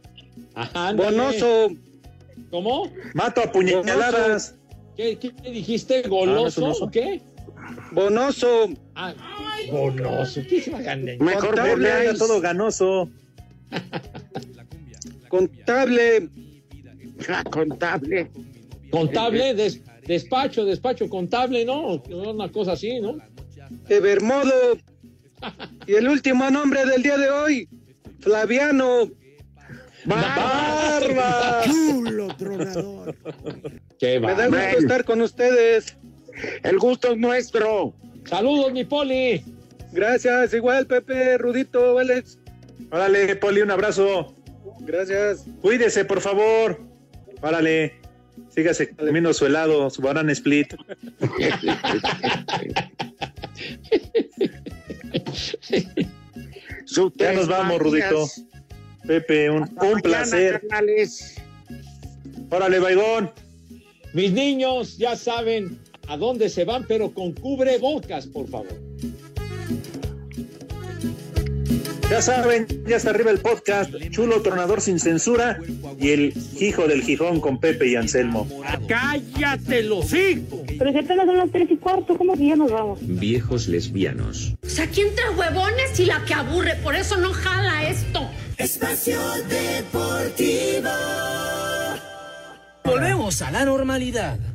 S11: Ajá, Bonoso.
S3: ¿Cómo?
S6: Mato a puñaladas.
S3: ¿Qué, qué, qué dijiste? ¿Goloso ah, no o qué?
S11: Bonoso.
S3: Ah, Ay, bonoso. ¿Qué se va a ganar?
S6: Mejor Contable. todo ganoso.
S11: La cumbia, la contable.
S4: Ah, contable.
S3: Contable, des, despacho, despacho, contable, ¿no? Una cosa así, ¿no?
S11: Evermodo. y el último nombre del día de hoy, Flaviano.
S4: Barbas. Barbas.
S11: Chulo tronador. Qué Me da gusto estar con ustedes.
S4: El gusto es nuestro.
S3: Saludos, mi Poli.
S11: Gracias, igual, Pepe, Rudito, Alex.
S6: Órale, Poli, un abrazo.
S11: Gracias.
S6: Cuídese, por favor. Órale. Sígase comiendo su helado, su banana split. ya nos vamos, Rudito. Pepe, un, un placer.
S4: Canales.
S6: Órale, Baigón.
S3: Mis niños ya saben a dónde se van, pero con cubrebocas, por favor.
S6: Ya saben, ya está arriba el podcast Chulo Tronador sin censura y el hijo del Gijón con Pepe y Anselmo.
S30: ¡Cállate los hijos!
S31: Pero si apenas son las tres y cuarto, ¿cómo que ya nos vamos?
S32: Viejos lesbianos.
S19: O sea, ¿quién trae huevones y la que aburre? Por eso no jala esto.
S33: Espacio Deportivo.
S5: Volvemos a la normalidad.